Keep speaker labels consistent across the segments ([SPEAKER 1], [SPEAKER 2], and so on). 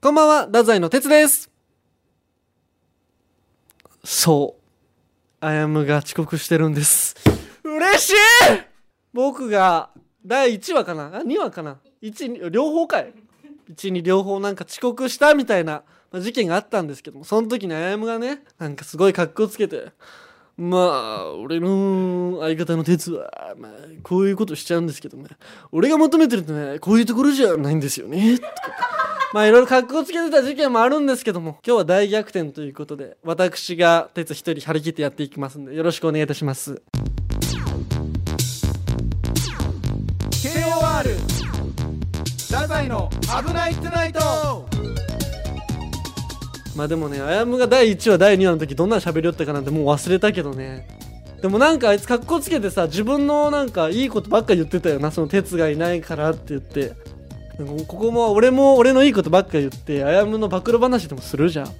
[SPEAKER 1] こんばんは、太宰の哲です。そう。あやむが遅刻してるんです。嬉しい僕が第1話かなあ ?2 話かな ?1、両方かい ?1、2両方なんか遅刻したみたいな、まあ事件があったんですけども、その時にあやむがね、なんかすごい格好つけて、まあ、俺の相方の哲は、まあ、こういうことしちゃうんですけどね、俺が求めてるとね、こういうところじゃないんですよね。 まあいろいろ格好つけてた事件もあるんですけども今日は大逆転ということで私が鉄一人張り切ってやっていきますんでよろしくお願いいたします
[SPEAKER 2] KOR 太宰の「危ないトゥナイト
[SPEAKER 1] まあでもねあやむが第1話第2話の時どんな喋りよったかなんてもう忘れたけどねでもなんかあいつ格好つけてさ自分のなんかいいことばっか言ってたよなその鉄がいないからって言ってなんかここも俺も俺のいいことばっか言ってあやむの暴露話でもするじゃん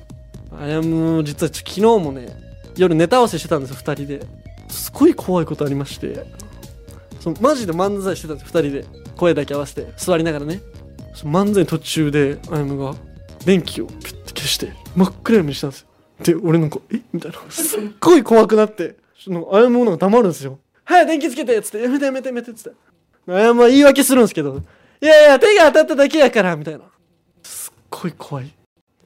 [SPEAKER 1] あやむ実はちょ昨日もね夜ネタ合わせしてたんですよ2人ですごい怖いことありましてそのマジで漫才してたんです2人で声だけ合わせて座りながらねその漫才途中であやむが電気をピュッて消して真っ暗闇にしたんですよで俺なんか「えみたいなすっごい怖くなってそのあやむもなんか黙るんですよ「はい電気つけて」っつって「やめてやめてやめて」っつってあやむは言い訳するんですけど「いやいや手が当たっただけやから」みたいなすっごい怖い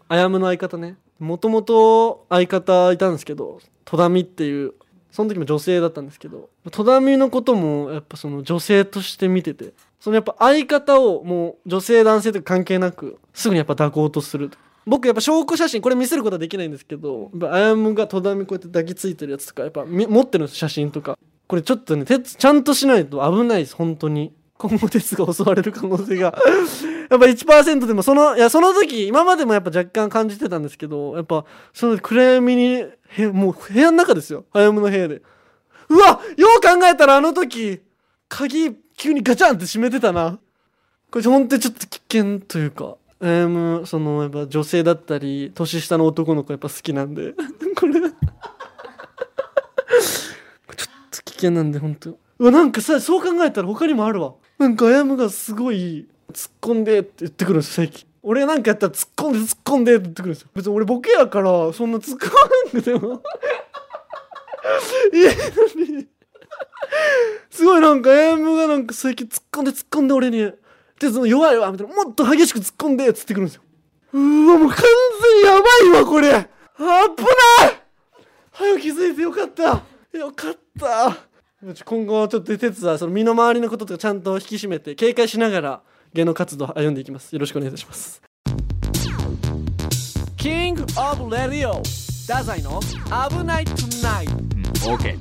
[SPEAKER 1] あやむの相方ねもともと相方いたんですけど戸田っていうその時も女性だったんですけど戸田のこともやっぱその女性として見ててそのやっぱ相方をもう女性男性とか関係なくすぐにやっぱ抱こうとする僕やっぱ証拠写真これ見せることはできないんですけどやっぱあやむが戸田こうやって抱きついてるやつとかやっぱみ持ってるんです写真とかこれちょっとね鉄ちゃんとしないと危ないです本当に今後鉄が襲われる可能性が やっぱ1%でもそのいやその時今までもやっぱ若干感じてたんですけどやっぱその暗闇にへもう部屋の中ですよ早めの部屋でうわよう考えたらあの時鍵急にガチャンって閉めてたなこれ本当にちょっと危険というかえー、そのやっぱ女性だったり年下の男の子やっぱ好きなんで これちょっと危険なんで本当うわなんかさそう考えたら他にもあるわなんかあやむがすごい突っ込んでって言ってくるんですよ最近俺なんかやったら突っ込んで突っ込んでって言ってくるんですよ別に俺ボケやからそんな突っ込まなくても いいのにすごいなんかあやむがなんか最近突っ込んで突っ込んで俺にでその弱いわみたいなもっと激しく突っ込んでっつってくるんですようーわもう完全にやばいわこれあ危ない早く気づいてよかったよかった今後はちょっと哲はその身の回りのこととかちゃんと引き締めて警戒しながら芸能活動を歩んでいきますよろしくお願いいたします」
[SPEAKER 2] キングオブレディオ太宰の「危ないトゥナイト
[SPEAKER 3] オーケー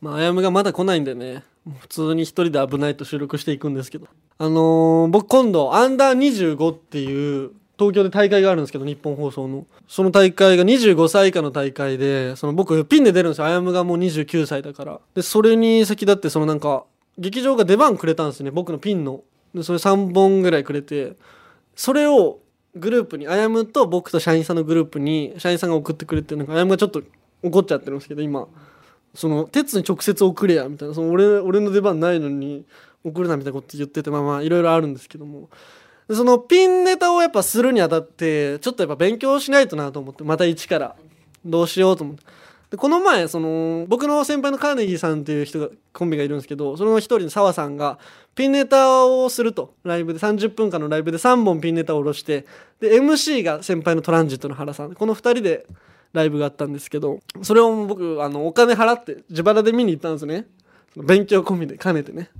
[SPEAKER 1] まああやむがまだ来ないんでねもう普通に一人で危ないと収録していくんですけどあのー僕今度アンダー25っていう東京で大会があるんですけど日本放送のその大会が25歳以下の大会でその僕ピンで出るんですよあやむがもう29歳だからでそれに先立ってそのなんか劇場が出番くれたんですね僕のピンのでそれ3本ぐらいくれてそれをグループにあやむと僕と社員さんのグループに社員さんが送ってくれてなんかあやむがちょっと怒っちゃってるんですけど今その鉄に直接送れやみたいなその俺俺の出番ないのに送るなみたいなこと言っててまあまあいろいろあるんですけどもでそのピンネタをやっぱするにあたってちょっとやっぱ勉強しないとなと思ってまた一からどうしようと思ってでこの前その僕の先輩のカーネギーさんっていう人がコンビがいるんですけどその一人の澤さんがピンネタをするとライブで30分間のライブで3本ピンネタを下ろしてで MC が先輩のトランジットの原さんこの2人でライブがあったんですけどそれを僕あのお金払って自腹で見に行ったんですねその勉強込みで兼ねてね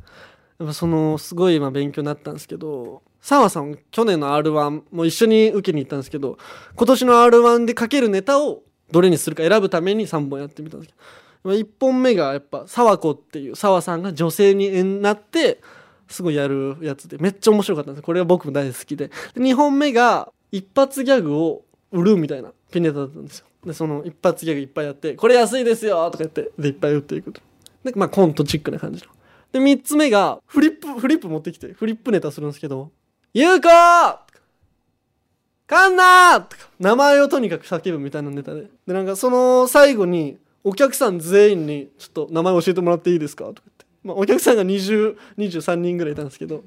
[SPEAKER 1] やっぱそのすごい今勉強になったんですけど澤さん去年の r 1も一緒に受けに行ったんですけど今年の r 1で書けるネタをどれにするか選ぶために3本やってみたんですけど1本目がやっぱ沢子っていう沢さんが女性になってすごいやるやつでめっちゃ面白かったんですよこれは僕も大好きでで2本目が一発ギャグを売るみたいなピンネタだったんですよでその一発ギャグいっぱいやって「これ安いですよ」とか言ってでいっぱい打っていくとでまあコントチックな感じので3つ目がフリップフリップ持ってきてフリップネタするんですけど「ゆうこ!」とか「かんな!」とか名前をとにかく叫ぶみたいなネタででなんかその最後にお客さん全員に「ちょっと名前教えてもらっていいですか?」とか言って、まあ、お客さんが2023人ぐらいいたんですけど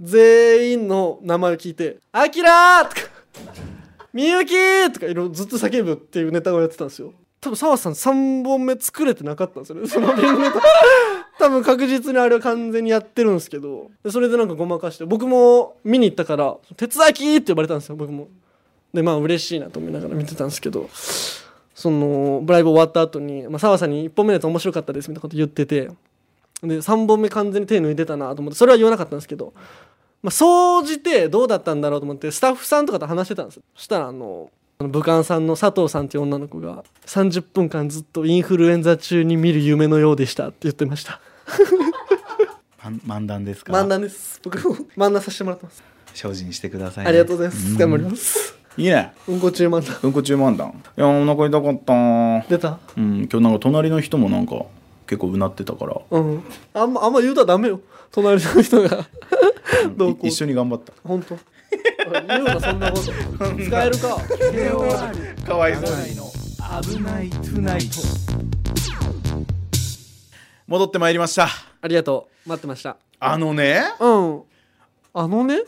[SPEAKER 1] 全員の名前を聞いて「あきら!」とか「みゆき!」とかいろいろずっと叫ぶっていうネタをやってたんですよ多分澤さん3本目作れてなかったんですよねそのリングネタ多分確実にあれは完全にやってるんですけどでそれでなんかごまかして僕も見に行ったから「手伝いき!」って呼ばれたんですよ僕もでまあ嬉しいなと思いながら見てたんですけどそのライブ終わった後に、まあ、澤さんに1本目のやつ面白かったですみたいなこと言っててで3本目完全に手抜いてたなと思ってそれは言わなかったんですけどまあ、総じてどうだったんだろうと思ってスタッフさんとかと話してたんですそしたらあのあの武漢さんの佐藤さんっていう女の子が30分間ずっとインフルエンザ中に見る夢のようでしたって言ってました
[SPEAKER 3] パン漫談ですから
[SPEAKER 1] 漫談です僕も漫談させてもらってます、
[SPEAKER 3] 精進してくださいね、
[SPEAKER 1] ありがとうございます
[SPEAKER 3] ん
[SPEAKER 1] 頑張ります
[SPEAKER 3] いいね
[SPEAKER 1] うんこ中漫談
[SPEAKER 3] うんこ中漫談いやお腹痛かった
[SPEAKER 1] 出た
[SPEAKER 3] うん今日なんか隣の人もなんか結構うなってたから
[SPEAKER 1] うんあんまあんま言うたらダメよ隣の人がどうこう
[SPEAKER 3] い一緒に頑張った
[SPEAKER 1] 本当おい言うなそんなこと使えるか
[SPEAKER 3] かわいそうに
[SPEAKER 2] 危ないトゥナイト
[SPEAKER 3] 戻ってまいりました
[SPEAKER 1] ありがとう待ってました
[SPEAKER 3] あのね
[SPEAKER 1] うんあのね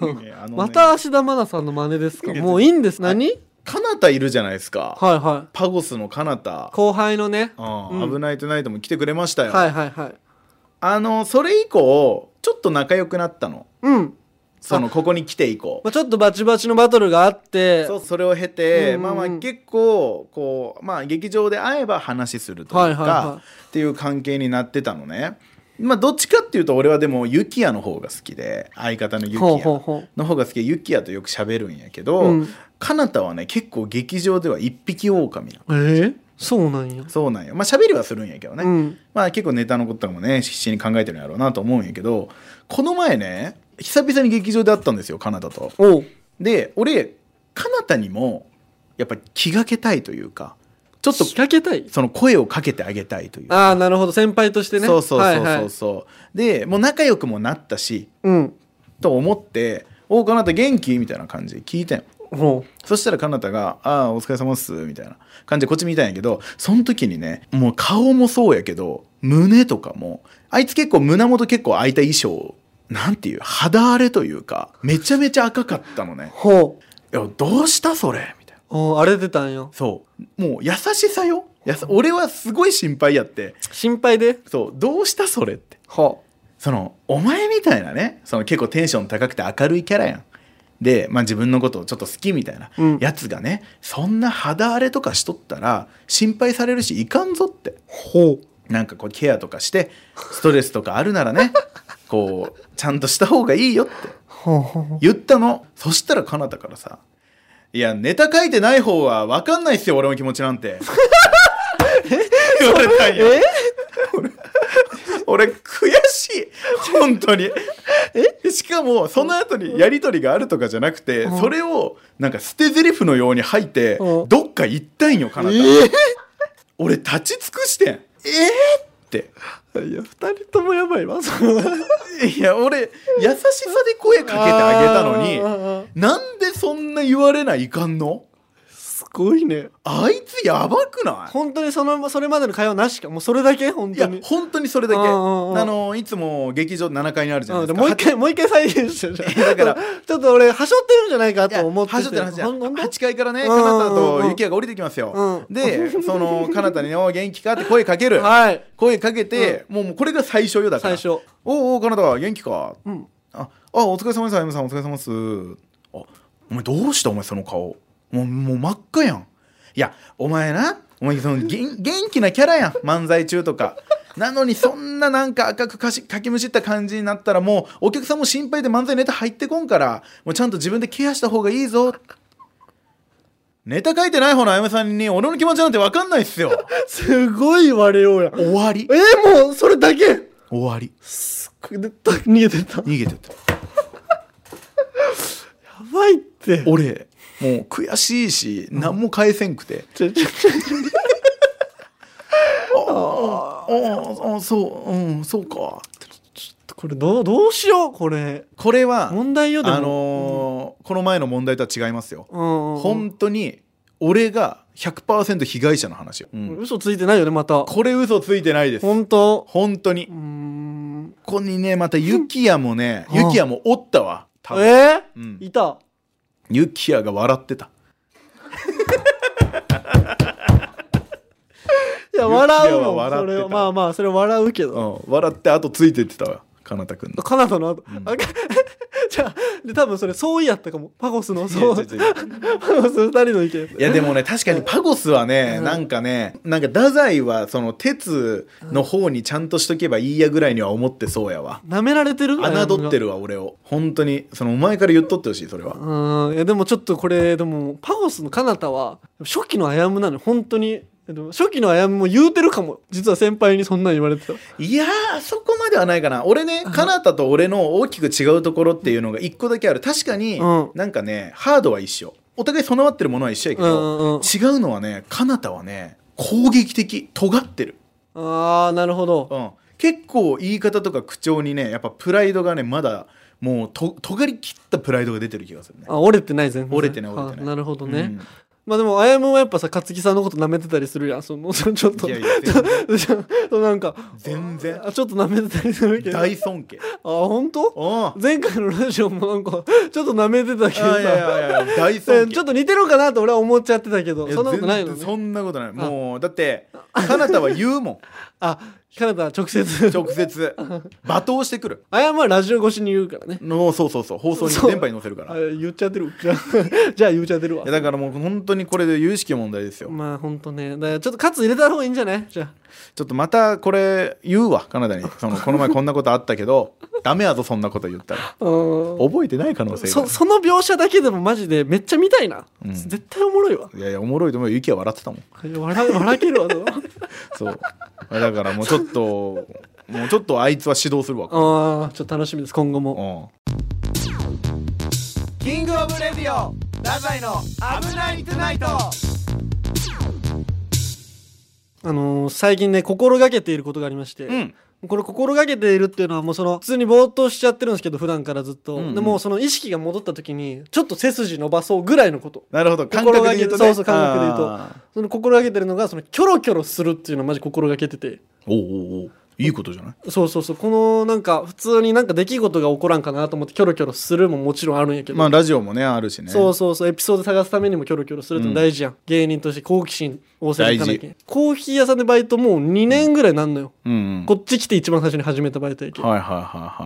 [SPEAKER 3] あのね
[SPEAKER 1] また芦田愛菜さんの真似ですか
[SPEAKER 3] いや
[SPEAKER 1] もういいんです何
[SPEAKER 3] かなたいるじゃないですか、
[SPEAKER 1] はいはい
[SPEAKER 3] パゴスのかなた
[SPEAKER 1] 後輩のね
[SPEAKER 3] うん
[SPEAKER 1] うん
[SPEAKER 3] 危ないトゥナイトも来てくれましたよ、
[SPEAKER 1] はいはいはい
[SPEAKER 3] あのそれ以降ちょっと仲良くなったの
[SPEAKER 1] うん、
[SPEAKER 3] そのここに来て以降
[SPEAKER 1] まあ、ちょっとバチバチのバトルがあって
[SPEAKER 3] そうそれを経て、
[SPEAKER 1] うんうん
[SPEAKER 3] まあまあ結構こうまあ劇場で会えば話するというか、
[SPEAKER 1] はいはいはい
[SPEAKER 3] っていう関係になってたのねまあどっちかっていうと俺はでもユキヤの方が好きで相方のユキヤ
[SPEAKER 1] ほうほうほう
[SPEAKER 3] の方が好きでユキヤとよく喋るんやけど、
[SPEAKER 1] うん
[SPEAKER 3] かなたはね結構劇場では一匹狼なの
[SPEAKER 1] えー、そうなんや、
[SPEAKER 3] そうなんよまあ喋りはするんやけどね、
[SPEAKER 1] うん
[SPEAKER 3] まあ結構ネタのこととかもね必死に考えてるんやろうなと思うんやけどこの前ね久々に劇場で会ったんですよかなたと。
[SPEAKER 1] おう
[SPEAKER 3] で俺かなたにもやっぱり気がけたいというかちょっと
[SPEAKER 1] 仕掛けたい
[SPEAKER 3] その声をかけてあげたいという
[SPEAKER 1] ああなるほど先輩としてね
[SPEAKER 3] そうそう
[SPEAKER 1] はい
[SPEAKER 3] そ
[SPEAKER 1] うは
[SPEAKER 3] そ
[SPEAKER 1] いう
[SPEAKER 3] そう、でもう仲良くもなったし
[SPEAKER 1] うん
[SPEAKER 3] と思って「おうかなた元気?」みたいな感じで聞いてん
[SPEAKER 1] ほ
[SPEAKER 3] そしたらかなたが「ああお疲れ様っす」みたいな感じでこっち見たんやけどその時にねもう顔もそうやけど胸とかもあいつ結構胸元結構開いた衣装なんていう肌荒れというかめちゃめちゃ赤かったのね
[SPEAKER 1] うほう
[SPEAKER 3] 「いやどうしたそれ」みたいな。
[SPEAKER 1] おうあれ出たんよ
[SPEAKER 3] そうもう優しさよやさ俺はすごい心配やって
[SPEAKER 1] 心配で
[SPEAKER 3] そうどうしたそれって
[SPEAKER 1] ほ
[SPEAKER 3] そのお前みたいなねその結構テンション高くて明るいキャラやんで、まあ、自分のことをちょっと好きみたいな
[SPEAKER 1] うん
[SPEAKER 3] やつがね、そんな肌荒れとかしとったら心配されるしいかんぞって
[SPEAKER 1] ほう
[SPEAKER 3] なんかこうケアとかしてストレスとかあるならねこうちゃんとした方がいいよって
[SPEAKER 1] ほうほうほう
[SPEAKER 3] 言ったのそしたらかなたからさ「いやネタ書いてない方は分かんないっすよ俺の気持ちな んて」言われたんや
[SPEAKER 1] え
[SPEAKER 3] 俺悔しい本当にしかもその後にやり取りがあるとかじゃなくて
[SPEAKER 1] ん
[SPEAKER 3] それをなんか捨て台詞のように吐いて
[SPEAKER 1] う
[SPEAKER 3] ど
[SPEAKER 1] ん
[SPEAKER 3] っか行ったんよかなた俺立ち尽くしてんえーって
[SPEAKER 1] えいや2人ともやばいわそれは
[SPEAKER 3] いや俺優しさで声かけてあげたのに
[SPEAKER 1] あーあー
[SPEAKER 3] なんでそんな言われないかんの
[SPEAKER 1] すごいね
[SPEAKER 3] あいつやばくない
[SPEAKER 1] 本当にそのそれまでの会話なしかもうそれだけ本
[SPEAKER 3] い
[SPEAKER 1] 当
[SPEAKER 3] や
[SPEAKER 1] に
[SPEAKER 3] 本当にそれだけあ
[SPEAKER 1] うんうんうん
[SPEAKER 3] のいつも劇場7階にあるじゃな
[SPEAKER 1] う
[SPEAKER 3] い
[SPEAKER 1] ん
[SPEAKER 3] で
[SPEAKER 1] です
[SPEAKER 3] か
[SPEAKER 1] もう一回もう一回再現してるじゃん
[SPEAKER 3] だから
[SPEAKER 1] ちょっと俺はしょってるんじゃないか
[SPEAKER 3] いや
[SPEAKER 1] と思ってて
[SPEAKER 3] はしょってるはしょってる
[SPEAKER 1] ほんほんと
[SPEAKER 3] 8階からね
[SPEAKER 1] うん
[SPEAKER 3] かなたとゆきやが降りてきますよ、
[SPEAKER 1] うん
[SPEAKER 3] でそのかなたに「おう元気か?」って声かける
[SPEAKER 1] はい
[SPEAKER 3] 声かけて、もうもうこれが最初よだから
[SPEAKER 1] 最初
[SPEAKER 3] 「おうおうかなた元気か
[SPEAKER 1] うん
[SPEAKER 3] あ」あお疲れ様です M さんお疲れ様です」あ「お前どうしたお前その顔もうもう真っ赤やん」「いやお前なお前そのげん元気なキャラやん漫才中とか」なのにそんななんか赤くかしかきむしった感じになったらもうお客さんも心配で漫才ネタ入ってこんからもうちゃんと自分でケアした方がいいぞネタ書いてない方のあやめさんに俺の気持ちなんて分かんないっすよ
[SPEAKER 1] すごい言われようや
[SPEAKER 3] 終わり
[SPEAKER 1] えもうそれだけ
[SPEAKER 3] 終わり
[SPEAKER 1] すっごいで逃げてったや
[SPEAKER 3] 逃げてった
[SPEAKER 1] ばいって
[SPEAKER 3] 俺もう悔しいし何も返せんくて
[SPEAKER 1] ちょちょちょ
[SPEAKER 3] 「ああああそううんそうか
[SPEAKER 1] ちょっとこれどうどうしようこれ」
[SPEAKER 3] これは
[SPEAKER 1] 問題よでも
[SPEAKER 3] あのーこの前の問題とは違いますよ
[SPEAKER 1] うん
[SPEAKER 3] 本当に俺が100%被害者の話よ、うん
[SPEAKER 1] 嘘ついてないよねまた
[SPEAKER 3] これ嘘ついてないです
[SPEAKER 1] 本当
[SPEAKER 3] 本当に
[SPEAKER 1] うーんうん
[SPEAKER 3] ここにねまた雪也もね雪也もおったわ多分
[SPEAKER 1] えー
[SPEAKER 3] うん
[SPEAKER 1] いた
[SPEAKER 3] 雪也が笑ってた
[SPEAKER 1] いや笑う
[SPEAKER 3] ユキヤは
[SPEAKER 1] もん
[SPEAKER 3] 笑
[SPEAKER 1] そ
[SPEAKER 3] ってた
[SPEAKER 1] れはまあまあそれ笑うけ
[SPEAKER 3] う
[SPEAKER 1] ど
[SPEAKER 3] ん笑ってあとついてってたわかなたくんの
[SPEAKER 1] カナダの後、あ かじゃあで多分それ相違やったかもパゴスのそう
[SPEAKER 3] いや違う違う
[SPEAKER 1] パゴス二人の意見
[SPEAKER 3] いやでもね確かにパゴスはね、
[SPEAKER 1] うん
[SPEAKER 3] なんかねなんか太宰はその鉄の方にちゃんとしとけばいいやぐらいには思ってそうやわ
[SPEAKER 1] なめられてる
[SPEAKER 3] 侮って
[SPEAKER 1] る
[SPEAKER 3] るわ俺を本当にそのお前から言っとってほしいそれは
[SPEAKER 1] うんいやでもちょっとこれでもパゴスのカナタは初期のアヤムなのよ本当にでも初期のアヤムも言うてるかも実は先輩にそんなん言われてた
[SPEAKER 3] いやーそこまではないかな俺ねかなたと俺の大きく違うところっていうのが一個だけある確かに、
[SPEAKER 1] うん
[SPEAKER 3] なんかねハードは一緒お互い備わってるものは一緒やけど、
[SPEAKER 1] うんうんうん
[SPEAKER 3] 違うのはねかなたはね攻撃的尖ってる
[SPEAKER 1] ああなるほど
[SPEAKER 3] うん、結構言い方とか口調にねやっぱプライドがねまだもうと尖りきったプライドが出てる気がするね
[SPEAKER 1] あ折れてない全然
[SPEAKER 3] 折れてない折れてな
[SPEAKER 1] あ
[SPEAKER 3] い
[SPEAKER 1] なるほどね、
[SPEAKER 3] うん
[SPEAKER 1] まあでもあやむはやっぱさ勝木さんのこと舐めてたりするやんそのそのちょっと
[SPEAKER 3] いやい
[SPEAKER 1] ちょっとなんか
[SPEAKER 3] 全然
[SPEAKER 1] あちょっと舐めてたりするけどあ
[SPEAKER 3] 大尊敬
[SPEAKER 1] 本当
[SPEAKER 3] うんあ
[SPEAKER 1] 前回のラジオもなんかちょっと舐めてたけど
[SPEAKER 3] いや
[SPEAKER 1] さ
[SPEAKER 3] いやいや大
[SPEAKER 1] え
[SPEAKER 3] 尊敬
[SPEAKER 1] ちょっと似てるかなと俺は思っちゃってたけど
[SPEAKER 3] いや
[SPEAKER 1] そんなことないのね
[SPEAKER 3] 全然そんなことないもうだってかなたは言う もん
[SPEAKER 1] あかなたは直接
[SPEAKER 3] 直接罵倒してくる
[SPEAKER 1] あやむはラジオ越しに言うからね
[SPEAKER 3] のそうそうそう放送に
[SPEAKER 1] そう
[SPEAKER 3] 電波に載せるから
[SPEAKER 1] あ
[SPEAKER 3] い
[SPEAKER 1] 言っちゃってるじ ゃあじゃあ言っちゃってるわ
[SPEAKER 3] やだからもう本当にこれで有識問題ですよ
[SPEAKER 1] まあほんとねだからちょっとカツ入れた方がいいんじゃないじゃ
[SPEAKER 3] ちょっとまたこれ言うわカナダにそのこの前こんなことあったけど ダメやぞそんなこと言ったら
[SPEAKER 1] あうん
[SPEAKER 3] 覚えてない可能性があ
[SPEAKER 1] そ
[SPEAKER 3] る
[SPEAKER 1] その描写だけでもマジでめっちゃ見たいな、
[SPEAKER 3] うん
[SPEAKER 1] 絶対おもろいわ
[SPEAKER 3] いやいやおもろいと思うよユキは笑ってたもん
[SPEAKER 1] 笑笑けるわ そ
[SPEAKER 3] そうだからもうちょっともうちょっとあいつは指導するわ
[SPEAKER 1] あーちょっと楽しみです今後も
[SPEAKER 3] う
[SPEAKER 2] キングオブレディオ太宰の危ないトゥナイト
[SPEAKER 1] あのー最近ね心がけていることがありまして、
[SPEAKER 3] んうん
[SPEAKER 1] これ心がけているっていうのはもうその普通にぼーっとしちゃってるんですけど普段からずっと、
[SPEAKER 3] うんうん
[SPEAKER 1] でもうその意識が戻った時にちょっと背筋伸ばそうぐらいのこと
[SPEAKER 3] なるほど感
[SPEAKER 1] 心
[SPEAKER 3] 覚
[SPEAKER 1] が
[SPEAKER 3] で
[SPEAKER 1] け
[SPEAKER 3] 言うと、
[SPEAKER 1] そ
[SPEAKER 3] ね、
[SPEAKER 1] うそう感覚で言うと
[SPEAKER 3] あ
[SPEAKER 1] その心がけてるのがそのキョロキョロするっていうのをマジ心がけてて
[SPEAKER 3] ーおうおうおういいことじゃない
[SPEAKER 1] そうそうそうこのなんか普通になんか出来事が起こらんかなと思ってキョロキョロするももちろんあるんやけど、
[SPEAKER 3] まあラジオもねあるしね
[SPEAKER 1] そうそうそうエピソード探すためにもキョロキョロするって大事やん、芸人として好奇心旺盛にいかなきゃコーヒー屋さんでバイトもう2年ぐらいなんのよ、
[SPEAKER 3] う、ん
[SPEAKER 1] こっち来て一番最初に始めたバイトやけ、
[SPEAKER 3] うん、はいはいはい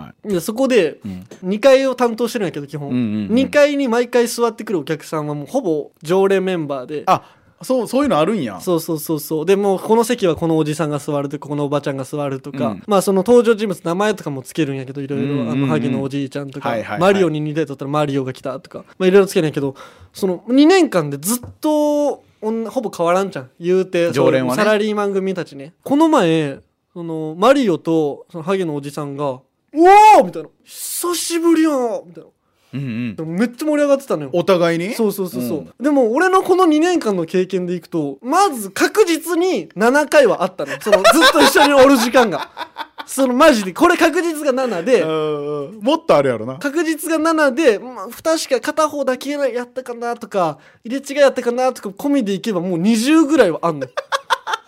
[SPEAKER 3] はい
[SPEAKER 1] でそこで
[SPEAKER 3] ん
[SPEAKER 1] 2階を担当してるんやけど基本、
[SPEAKER 3] うんうんうん
[SPEAKER 1] 2階に毎回座ってくるお客さんはもうほぼ常連メンバーで
[SPEAKER 3] あそうそういうのあるんや
[SPEAKER 1] そうそうそうそうでもうこの席はこのおじさんが座るとかこのおばちゃんが座るとか、
[SPEAKER 3] うん
[SPEAKER 1] まあその登場人物名前とかもつけるんやけどいろい
[SPEAKER 3] うんうんう
[SPEAKER 1] ろ
[SPEAKER 3] ん
[SPEAKER 1] あの萩のおじいちゃんとか、
[SPEAKER 3] はいはいはい
[SPEAKER 1] マリオに似てたったらマリオが来たとかまあいろいろつけるんやけどその2年間でずっとおんほぼ変わらんじゃん言うて
[SPEAKER 3] 常連はね
[SPEAKER 1] そうサラリーマン組たちねこの前そのマリオとそのハゲのおじさんが「うおーみたいな「久しぶりやな」みたいな
[SPEAKER 3] うんうん
[SPEAKER 1] でもめっちゃ盛り上がってたのよ
[SPEAKER 3] お互いに
[SPEAKER 1] そうそうそうそう、
[SPEAKER 3] ん
[SPEAKER 1] でも俺のこの2年間の経験でいくとまず確実に7回はあったのそのずっと一緒におる時間が そのマジでこれ確実が7で、
[SPEAKER 3] うんうんもっとあるやろな
[SPEAKER 1] 確実が7で、まあ、不確か片方だけやったかなとか入れ違いやったかなとか込みでいけばもう20ぐらいはあん の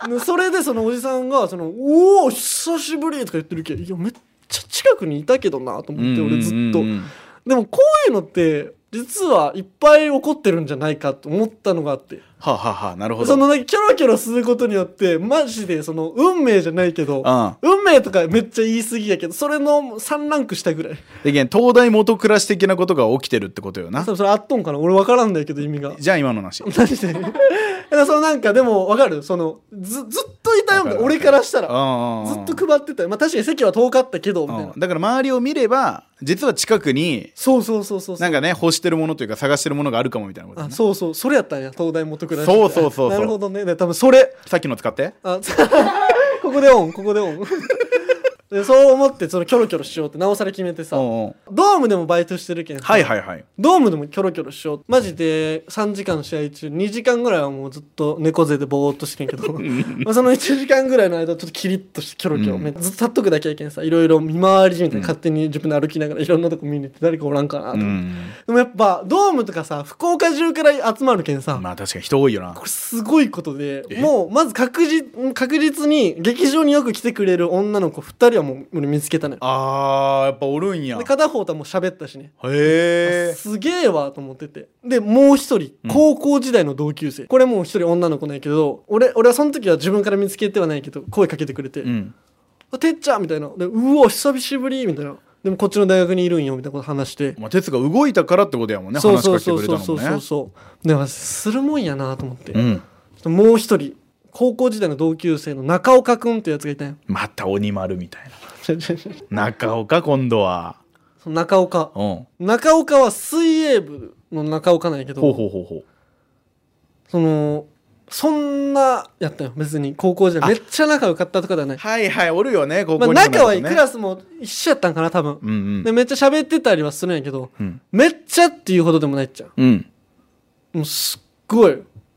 [SPEAKER 1] でそれでそのおじさんが「そのおお久しぶり」とか言ってるけどいやめっちゃ近くにいたけどなと思って俺ずっと。
[SPEAKER 3] うんうんうんうん
[SPEAKER 1] でもこういうのって実はいっぱい起こってるんじゃないかと思ったのがあって
[SPEAKER 3] はあ、はあはあ、なるほど
[SPEAKER 1] そのなんかキョロキョロすることによってマジでその運命じゃないけど
[SPEAKER 3] うん
[SPEAKER 1] 運命とかめっちゃ言い過ぎやけどそれの3ランク下ぐらい
[SPEAKER 3] でけん東大元暮らし的なことが起きてるってことよな
[SPEAKER 1] 多分それあっとんかな俺分からんだけど意味が。
[SPEAKER 3] じゃあ今の話
[SPEAKER 1] マジでだからそのなんかでも分かるそのずずっといたよみたいな俺からしたらずっと配ってたよまあ確かに席は遠かったけどみたいな
[SPEAKER 3] だから周りを見れば実は近くに
[SPEAKER 1] そうそうそうそうそう
[SPEAKER 3] なんかね欲してるものというか探してるものがあるかもみたいなこと
[SPEAKER 1] あ
[SPEAKER 3] ね
[SPEAKER 1] そうそうそれやったんや東大元暮らし
[SPEAKER 3] そうそうそうそう
[SPEAKER 1] なるほどねで多分それ
[SPEAKER 3] さっきの使って
[SPEAKER 1] あ、 つここでオン、ここでオン。 でそう思って、そのキョロキョロしようって、なおさら決めてさ、
[SPEAKER 3] うんうん
[SPEAKER 1] ドームでもバイトしてるけんさ、
[SPEAKER 3] はいはいはい
[SPEAKER 1] ドームでもキョロキョロしよう。マジで、3時間の試合中、2時間ぐらいはもうずっと猫背でぼーっとしてんけ ど、まあその1時間ぐらいの間、ちょっとキリッとしてキョロキョロ、
[SPEAKER 3] うん
[SPEAKER 1] めずっと立っとくだけやけんさ、いろいろ見回りみたいな、勝手に自分で歩きながらいろんなとこ見に行って、誰かおらんかなと、
[SPEAKER 3] うん
[SPEAKER 1] でもやっぱ、ドームとかさ、福岡中から集まるけんさ、
[SPEAKER 3] まあ確かに人多いよな
[SPEAKER 1] これすごいことで
[SPEAKER 3] え
[SPEAKER 1] もうまず確実確実に劇場によく来てくれる女の子2人ははもう俺見つけたね
[SPEAKER 3] あーやっぱおるんや
[SPEAKER 1] で片方とはもう喋ったしね
[SPEAKER 3] へえ
[SPEAKER 1] すげえわと思っててでもう一人
[SPEAKER 3] うん
[SPEAKER 1] 高校時代の同級生、これもう一人女の子なんやけど俺俺はその時は自分から見つけてはないけど声かけてくれて「
[SPEAKER 3] うん
[SPEAKER 1] あてっちゃん」みたいなで「うわ久しぶり」みたいなでもこっちの大学にいるんよみたいなこと話して、
[SPEAKER 3] まあ哲が動いたからってことやもんね
[SPEAKER 1] そう
[SPEAKER 3] 話し
[SPEAKER 1] そう
[SPEAKER 3] かけて
[SPEAKER 1] そ
[SPEAKER 3] く
[SPEAKER 1] う
[SPEAKER 3] れ
[SPEAKER 1] そ
[SPEAKER 3] た
[SPEAKER 1] う
[SPEAKER 3] の
[SPEAKER 1] そ
[SPEAKER 3] も
[SPEAKER 1] うそうそう
[SPEAKER 3] ね
[SPEAKER 1] だからするもんやなと思って、
[SPEAKER 3] うん
[SPEAKER 1] もう一人高校時代の同級生の中岡くんってやつがい たんよ
[SPEAKER 3] また鬼丸みたいな中岡今度は
[SPEAKER 1] その中岡
[SPEAKER 3] うんほ
[SPEAKER 1] 中岡は水泳部の中岡なんやけど
[SPEAKER 3] うほうほうほう
[SPEAKER 1] そのそんなやったよ別に高校時代
[SPEAKER 3] あ
[SPEAKER 1] めっちゃ仲良かったとかではない、
[SPEAKER 3] はいはいおるよね高
[SPEAKER 1] ま
[SPEAKER 3] 校
[SPEAKER 1] あ、
[SPEAKER 3] にもなる
[SPEAKER 1] 仲
[SPEAKER 3] と
[SPEAKER 1] は
[SPEAKER 3] ね
[SPEAKER 1] いいクラスも一緒やったんかな多分、
[SPEAKER 3] うんうん
[SPEAKER 1] でめっちゃ喋ってたりはするんやけど
[SPEAKER 3] うん
[SPEAKER 1] めっちゃっていうほどでもないっちゃ
[SPEAKER 3] うん
[SPEAKER 1] うもうすっごい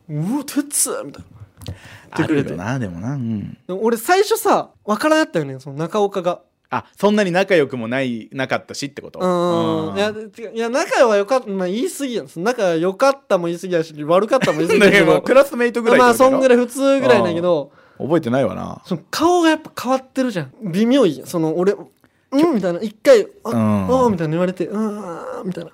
[SPEAKER 1] うお鉄みたいな
[SPEAKER 3] あ
[SPEAKER 1] くれ
[SPEAKER 3] る
[SPEAKER 1] て
[SPEAKER 3] よなでもなうん
[SPEAKER 1] でも俺最初さわからんやったよねその中岡が
[SPEAKER 3] あそんなに仲良くもないなかったしってこと
[SPEAKER 1] うんいや違ういや仲は良かったまあ言い過ぎやんその仲は良かったも言い過ぎやし悪かったも言い過ぎや け
[SPEAKER 3] でも
[SPEAKER 1] ど
[SPEAKER 3] クラスメイトぐらい
[SPEAKER 1] まあそんぐ
[SPEAKER 3] らい
[SPEAKER 1] らい普通ぐらいなんやけど
[SPEAKER 3] 覚えてないわな
[SPEAKER 1] その顔がやっぱ変わってるじゃん微妙いやんその俺うんみたいな一回あ、
[SPEAKER 3] うん
[SPEAKER 1] あーみたいな言われてうんみたいな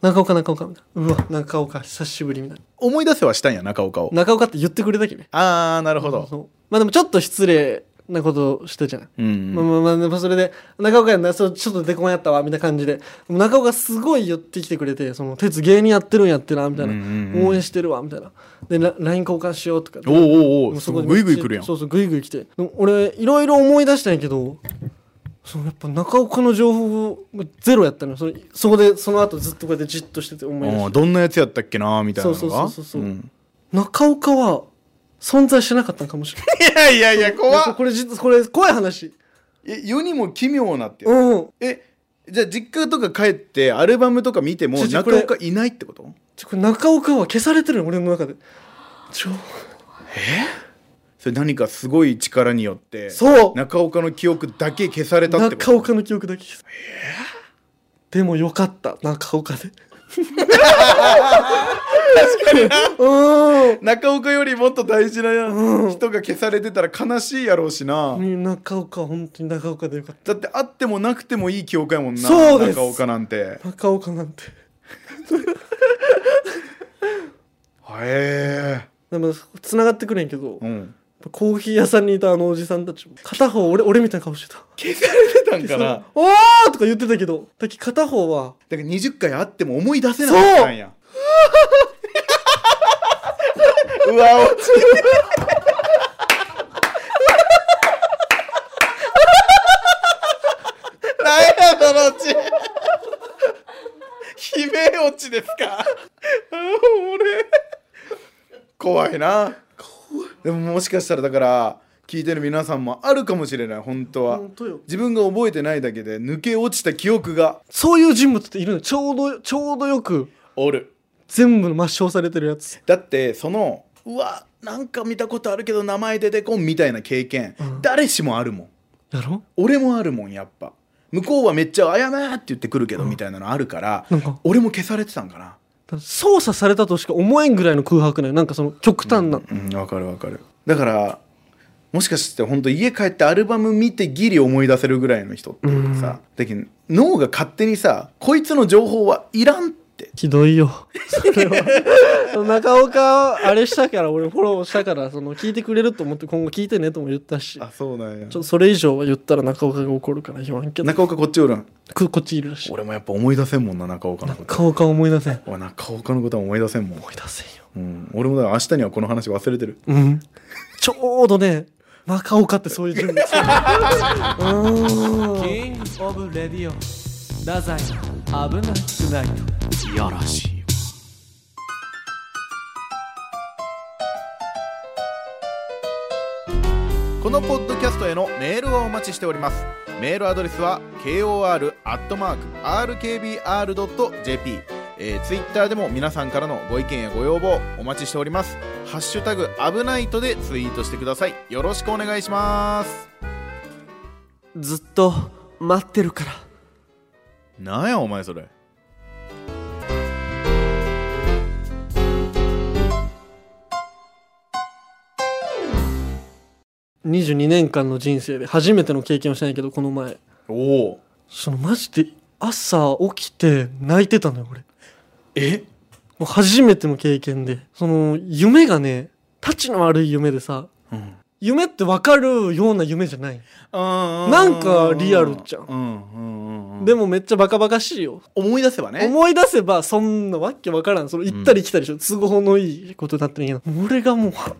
[SPEAKER 1] 中岡中岡みたいなうわ中岡久しぶりみたい
[SPEAKER 3] 思い出せはしたんや中岡を
[SPEAKER 1] な中岡って言ってくれたけね
[SPEAKER 3] ああなるほど
[SPEAKER 1] そうまあでもちょっと失礼なことをしたじゃん、
[SPEAKER 3] うん
[SPEAKER 1] まあまあまあでもそれで中岡やなそうちょっとデコンやったわみたいな感じで中岡すごい寄ってきてくれて「その鉄芸人やってるんやってな」みたいな、
[SPEAKER 3] うんうんうん
[SPEAKER 1] 応援してるわ」みたいなでラ LINE 交換しようとか
[SPEAKER 3] おうおうお
[SPEAKER 1] も
[SPEAKER 3] う
[SPEAKER 1] う
[SPEAKER 3] す
[SPEAKER 1] そこ
[SPEAKER 3] ごい
[SPEAKER 1] に
[SPEAKER 3] グイグイ来るやん
[SPEAKER 1] そうそうグイグイ来てでも俺いろいろ思い出したんやけどそのやっぱ中岡の情報がゼロやったのよそれそこでその後ずっとこうやってじっとしてて思い出
[SPEAKER 3] あ
[SPEAKER 1] し
[SPEAKER 3] ー
[SPEAKER 1] て
[SPEAKER 3] どんなやつやったっけなみたいなのが
[SPEAKER 1] そうそうそうそうそうん中岡は存在してなかったのかもしれない
[SPEAKER 3] いやいやいや 怖
[SPEAKER 1] そう
[SPEAKER 3] っ
[SPEAKER 1] これ実これ怖い話
[SPEAKER 3] え世にも奇妙なってやつ
[SPEAKER 1] うん
[SPEAKER 3] えじゃあ実家とか帰ってアルバムとか見ても
[SPEAKER 1] ちょちょこ
[SPEAKER 3] 中
[SPEAKER 1] れ
[SPEAKER 3] 岡いないってこと
[SPEAKER 1] ちょこれ中岡は消されてるよ俺の中でちょ
[SPEAKER 3] それ何かすごい力によって
[SPEAKER 1] そう
[SPEAKER 3] 中岡の記憶だけ消されたってこと
[SPEAKER 1] 中岡の記憶だけですでもよかった中岡で確かにうん
[SPEAKER 3] 中岡よりもっと大事な人が消されてたら悲しいやろうしな、
[SPEAKER 1] うん中岡は本当に中岡でよかっ
[SPEAKER 3] だってあってもなくてもいい記憶やもんな
[SPEAKER 1] そうです
[SPEAKER 3] 中岡なんて
[SPEAKER 1] た中岡なんて
[SPEAKER 3] へえ
[SPEAKER 1] でも繋がってくれんけど、
[SPEAKER 3] うん
[SPEAKER 1] コーヒー屋さんにいたあのおじさんたちも片方俺俺みたいな顔してた
[SPEAKER 3] 消されてたんかな
[SPEAKER 1] 「おー!」とか言ってたけどだけど片方は
[SPEAKER 3] だから20回あっても思い出せなかったんやうわ落ち 何やその落ち 悲鳴落ちですか あ俺怖いなでももしかしたらだから聞いてる皆さんもあるかもしれない本当は
[SPEAKER 1] 本当よ
[SPEAKER 3] 自分が覚えてないだけで抜け落ちた記憶が
[SPEAKER 1] そういう人物っているのちょうどちょうどよく
[SPEAKER 3] おる
[SPEAKER 1] 全部抹消されてるやつ
[SPEAKER 3] だってそのうわなんか見たことあるけど名前出てこんみたいな経験、誰しもあるもん
[SPEAKER 1] やろ
[SPEAKER 3] 俺もあるもんやっぱ向こうはめっちゃ「あやめ!」って言ってくるけど、みたいなのあるから
[SPEAKER 1] なんか
[SPEAKER 3] 俺も消されてたんかな
[SPEAKER 1] だから操作されたとしか思えんぐらいの空白ねなんかその極端な、
[SPEAKER 3] うんわかるわかるだからもしかして本当家帰ってアルバム見てギリ思い出せるぐらいの人ってさ、だけど脳が勝手にさこいつの情報はいらんって
[SPEAKER 1] ひどいよそれは 中岡あれしたから俺フォローしたからその聞いてくれると思って今後聞いてねとも言ったし
[SPEAKER 3] そうなんや
[SPEAKER 1] ちょっとそれ以上は言ったら中岡が怒るから言わんけど
[SPEAKER 3] 中岡こっちおるん
[SPEAKER 1] ここっちいるらしい
[SPEAKER 3] 俺もやっぱ思い出せんもんな中岡のこと
[SPEAKER 1] 中岡思い出せん思
[SPEAKER 3] 俺中岡のことは思い出せんもん
[SPEAKER 1] い出せんよ
[SPEAKER 3] うん、俺もだから明日にはこの話忘れてる
[SPEAKER 1] うんちょうどね中岡ってそういう人物うん
[SPEAKER 2] キングオブレディオ太宰の危なくないと
[SPEAKER 3] いやらしいこのポッドキャストへのメールをお待ちしておりますメールアドレスは kor.rkbr.jp えー、ツイッターでも皆さんからのご意見やご要望お待ちしておりますハッシュタグ危ないとでツイートしてくださいよろしくお願いします
[SPEAKER 2] ずっと待ってるから
[SPEAKER 3] なんやお前それ
[SPEAKER 1] 22年間の人生で初めての経験をしたんやけどこの前
[SPEAKER 3] おお
[SPEAKER 1] そのマジで朝起きて泣いてたのよ俺も
[SPEAKER 3] え
[SPEAKER 1] う初めての経験でその夢がねたちの悪い夢でさ
[SPEAKER 3] うん
[SPEAKER 1] 夢って分かるような夢じゃないな
[SPEAKER 3] なん
[SPEAKER 1] かリアルじゃん
[SPEAKER 3] うんうんうんうん、
[SPEAKER 1] で
[SPEAKER 3] も
[SPEAKER 1] もめっちゃバカバカしいよ
[SPEAKER 3] 思い出せばね
[SPEAKER 1] 思い出せばそんなわけわからんその行ったり来たりしょ、都合のいいことになってるんやけど俺がもうは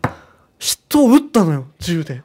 [SPEAKER 1] 人を撃ったのよ銃で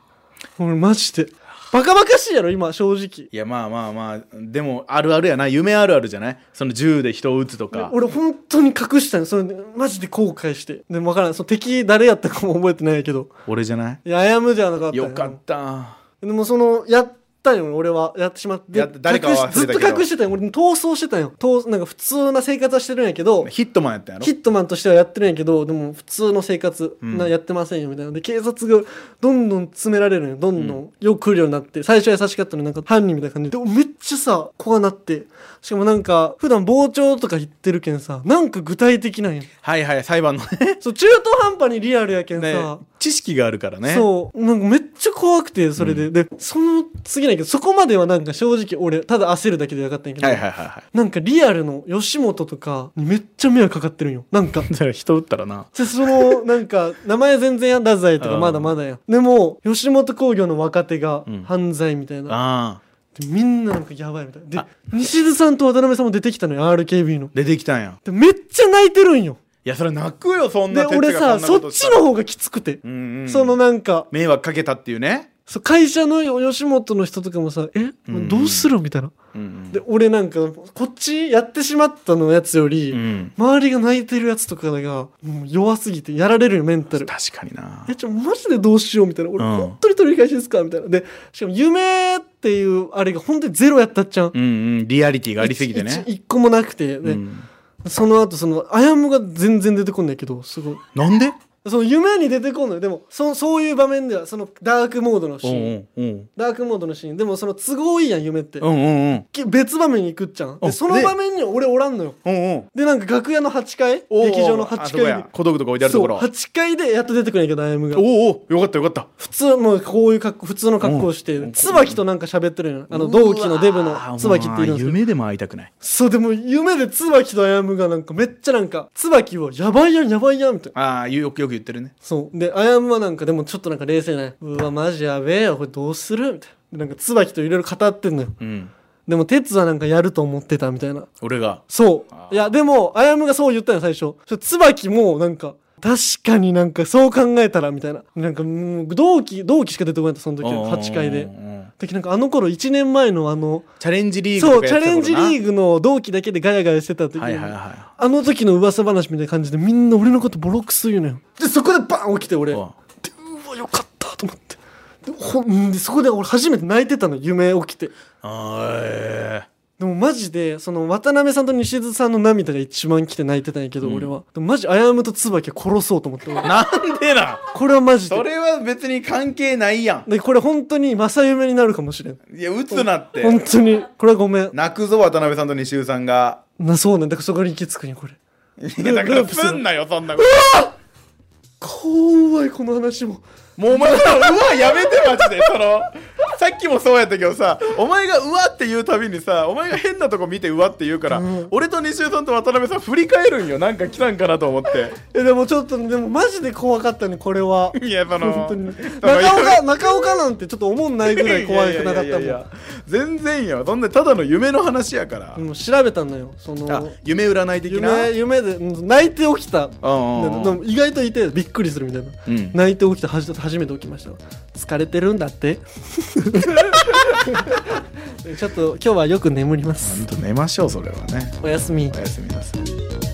[SPEAKER 1] 俺マジでバカバカしいやろ今正直
[SPEAKER 3] いやまあまあまあでもあるあるやな夢あるあるじゃないその銃で人を撃つとか
[SPEAKER 1] 俺本当に隠したのそれマジで後悔してでもわからんその敵誰やったかも覚えてないけど
[SPEAKER 3] 俺じゃない
[SPEAKER 1] いやあやむじゃなかった
[SPEAKER 3] よかった
[SPEAKER 1] でもそのやったよ俺はやってしまって
[SPEAKER 3] やっ誰かは忘れ
[SPEAKER 1] 隠し
[SPEAKER 3] たけど
[SPEAKER 1] ずっと隠してたよ俺逃走してたよ逃なんか普通な生活はしてるんやけど
[SPEAKER 3] ヒットマンやったんやろ
[SPEAKER 1] ヒットマンとしてはやってるんやけどでも普通の生活
[SPEAKER 3] うん
[SPEAKER 1] なやってませんよみたいなで警察がどんどん詰められるのよどんどんよく来るようになって最初は優しかったのになんか犯人みたいな感じででめっちゃさ怖なってしかもなんか普段傍聴とか言ってるけんさなんか具体的なんや
[SPEAKER 3] はいはい 裁判のね
[SPEAKER 1] そう中途半端にリアルやけん
[SPEAKER 3] ね
[SPEAKER 1] さ、
[SPEAKER 3] 知識があるからね
[SPEAKER 1] そうなんかめっちゃ怖くてそれで、でその次なんやけどそこまではなんか正直俺ただ焦るだけで分かったんやけど、
[SPEAKER 3] はいはいはいは
[SPEAKER 1] なんかリアルの吉本とかにめっちゃ迷惑かかってるんよなんか
[SPEAKER 3] いだから人撃ったらな
[SPEAKER 1] でそのなんか名前全然やん太宰とか
[SPEAKER 3] うん
[SPEAKER 1] まだまだやんでも吉本興業の若手が
[SPEAKER 3] うん
[SPEAKER 1] 犯罪みたいな、
[SPEAKER 3] ああ
[SPEAKER 1] でみんななんかやばいみたいなで西津さんと渡辺さんも出てきたのよ RKB の
[SPEAKER 3] 出てきたんや
[SPEAKER 1] でめっちゃ泣いてるんよ
[SPEAKER 3] いやそれ泣くよそん
[SPEAKER 1] で
[SPEAKER 3] な
[SPEAKER 1] 俺
[SPEAKER 3] 哲也
[SPEAKER 1] さ
[SPEAKER 3] がんな
[SPEAKER 1] そ
[SPEAKER 3] こ
[SPEAKER 1] っ
[SPEAKER 3] と
[SPEAKER 1] ち
[SPEAKER 3] したら
[SPEAKER 1] の方がきつくて、
[SPEAKER 3] うんうん
[SPEAKER 1] そのなんか
[SPEAKER 3] 迷惑かけたっていうね
[SPEAKER 1] そう会社の吉本の人とかもさ「え
[SPEAKER 3] うん
[SPEAKER 1] どうする?」みたいな
[SPEAKER 3] うんうん
[SPEAKER 1] で俺なんかこっちやってしまったのやつより、
[SPEAKER 3] うん
[SPEAKER 1] 周りが泣いてるやつとかがもう弱すぎてやられるよメンタル
[SPEAKER 3] 確かにな
[SPEAKER 1] えちょマジでどうしようみたいな俺、
[SPEAKER 3] うん
[SPEAKER 1] 本当に取り返しですかみたいなでしかも夢っていうあれが本当にゼロやったっちゃん、
[SPEAKER 3] うんうんリアリティがありすぎてね
[SPEAKER 1] 一一一個もなくて、
[SPEAKER 3] う
[SPEAKER 1] で
[SPEAKER 3] ん
[SPEAKER 1] その後そのあやむが全然出てこんないけどすごい
[SPEAKER 3] なんで
[SPEAKER 1] その夢に出てこんのよでもそそういう場面ではそのダークモードのシ
[SPEAKER 3] う
[SPEAKER 1] ーン、
[SPEAKER 3] んうんうん
[SPEAKER 1] ダークモードのシーンでもその都合いいやん夢って、
[SPEAKER 3] うんうんうん
[SPEAKER 1] き別場面に行くっちゃん
[SPEAKER 3] お
[SPEAKER 1] でその
[SPEAKER 3] で
[SPEAKER 1] 場面に俺おらんのよ
[SPEAKER 3] うんうん
[SPEAKER 1] でなんか楽屋の8階劇場の8
[SPEAKER 3] あそこ
[SPEAKER 1] 階
[SPEAKER 3] や小道具とか置いてあ
[SPEAKER 1] で
[SPEAKER 3] ると
[SPEAKER 1] そう
[SPEAKER 3] ころ
[SPEAKER 1] 8階でやっと出てくるんやけどあやむが
[SPEAKER 3] おうおうよかったよかった
[SPEAKER 1] 普通もうこういう格好普通の格好をして
[SPEAKER 3] うん
[SPEAKER 1] 椿となんか喋ってるんよあの同期のデブの椿っているんですけど
[SPEAKER 3] 夢でも会いたくない
[SPEAKER 1] そうでも夢で椿とあやむがなんかめっちゃなんか椿をやばいやんやばいやんみたいな
[SPEAKER 3] ああよくよく言ってるね
[SPEAKER 1] そうであやむはなんかでもちょっとなんか冷静なうわマジやべえよこれどうするみたいなでなんか椿といろいろ語ってんのよ
[SPEAKER 3] うん
[SPEAKER 1] でも哲はなんかやると思ってたみたいな
[SPEAKER 3] 俺が
[SPEAKER 1] そう
[SPEAKER 3] あ。
[SPEAKER 1] いや、でも、あやむがそう言ったよ、最初。それ椿も、なんか、確かになんか、そう考えたら、みたいな。なんか、もう同期、同期しか出てこないと、その時は、8階で
[SPEAKER 3] うん。うんうん
[SPEAKER 1] で、なんか、あの頃、1年前のあの、
[SPEAKER 3] チャレンジリーグ
[SPEAKER 1] そ
[SPEAKER 3] と
[SPEAKER 1] う、
[SPEAKER 3] か
[SPEAKER 1] チャ
[SPEAKER 3] やってた
[SPEAKER 1] レンジ
[SPEAKER 3] 頃な
[SPEAKER 1] リーグの同期だけでガヤガヤしてた時に、
[SPEAKER 3] はいはいは
[SPEAKER 1] あの時の噂話みたいな感じで、みんな俺のことボロクス言うのよ。で、そこでバーン起きて、俺。
[SPEAKER 3] い
[SPEAKER 1] で、う
[SPEAKER 3] う
[SPEAKER 1] んわ、よかった、と思って。でほんでそこで俺初めて泣いてたの夢起きて
[SPEAKER 3] あーえ
[SPEAKER 1] でもマジでその渡辺さんと西津さんの涙が一番来て泣いてたんやけど、
[SPEAKER 3] うん
[SPEAKER 1] 俺はでもマジあやむと椿は殺そうと思って
[SPEAKER 3] ー
[SPEAKER 1] 俺
[SPEAKER 3] なんでな
[SPEAKER 1] これはマジ
[SPEAKER 3] そ
[SPEAKER 1] で
[SPEAKER 3] れは別に関係ないや
[SPEAKER 1] でこれ本当に正夢になるかもしれん
[SPEAKER 3] んいや打つなって
[SPEAKER 1] 本当にこれはごめん
[SPEAKER 3] 泣くぞ渡辺さんと西尾さんが
[SPEAKER 1] なそうなんだからそこに行き着くんやこれ
[SPEAKER 3] いやだか
[SPEAKER 1] ルー
[SPEAKER 3] ら
[SPEAKER 1] プする
[SPEAKER 3] すんなよそんなこと
[SPEAKER 1] 怖いこの話も
[SPEAKER 3] もうお前さうわやめてマジでその さっきもそうやったけどさお前がうわって言うたびにさお前が変なとこ見てうわって言うから、
[SPEAKER 1] うん
[SPEAKER 3] 俺と西尾さんと渡辺さん振り返るんよなんか来たんかなと思って
[SPEAKER 1] えでもちょっとでもマジで怖かったねこれ はい
[SPEAKER 3] やその
[SPEAKER 1] 本当に
[SPEAKER 3] その
[SPEAKER 1] 中岡中岡なんてちょっと思んないぐらい怖くなかっ
[SPEAKER 3] い
[SPEAKER 1] た
[SPEAKER 3] やいや
[SPEAKER 1] も
[SPEAKER 3] いやい
[SPEAKER 1] ん
[SPEAKER 3] や全然よそんなただの夢の話やから、
[SPEAKER 1] でも調べたんだよそ
[SPEAKER 3] あ
[SPEAKER 1] の
[SPEAKER 3] 夢占い的な
[SPEAKER 1] 夢夢でうん泣いて起きた
[SPEAKER 3] うんうん
[SPEAKER 1] でも意外といてびっくりするみたいな
[SPEAKER 3] うん
[SPEAKER 1] 泣いて起きたはじ初めて起きました疲れてるんだって ちょっと今日はよく眠りま
[SPEAKER 3] ほ
[SPEAKER 1] す
[SPEAKER 3] んと寝ましょうそれはね
[SPEAKER 1] おやすみ
[SPEAKER 3] おやすみなさい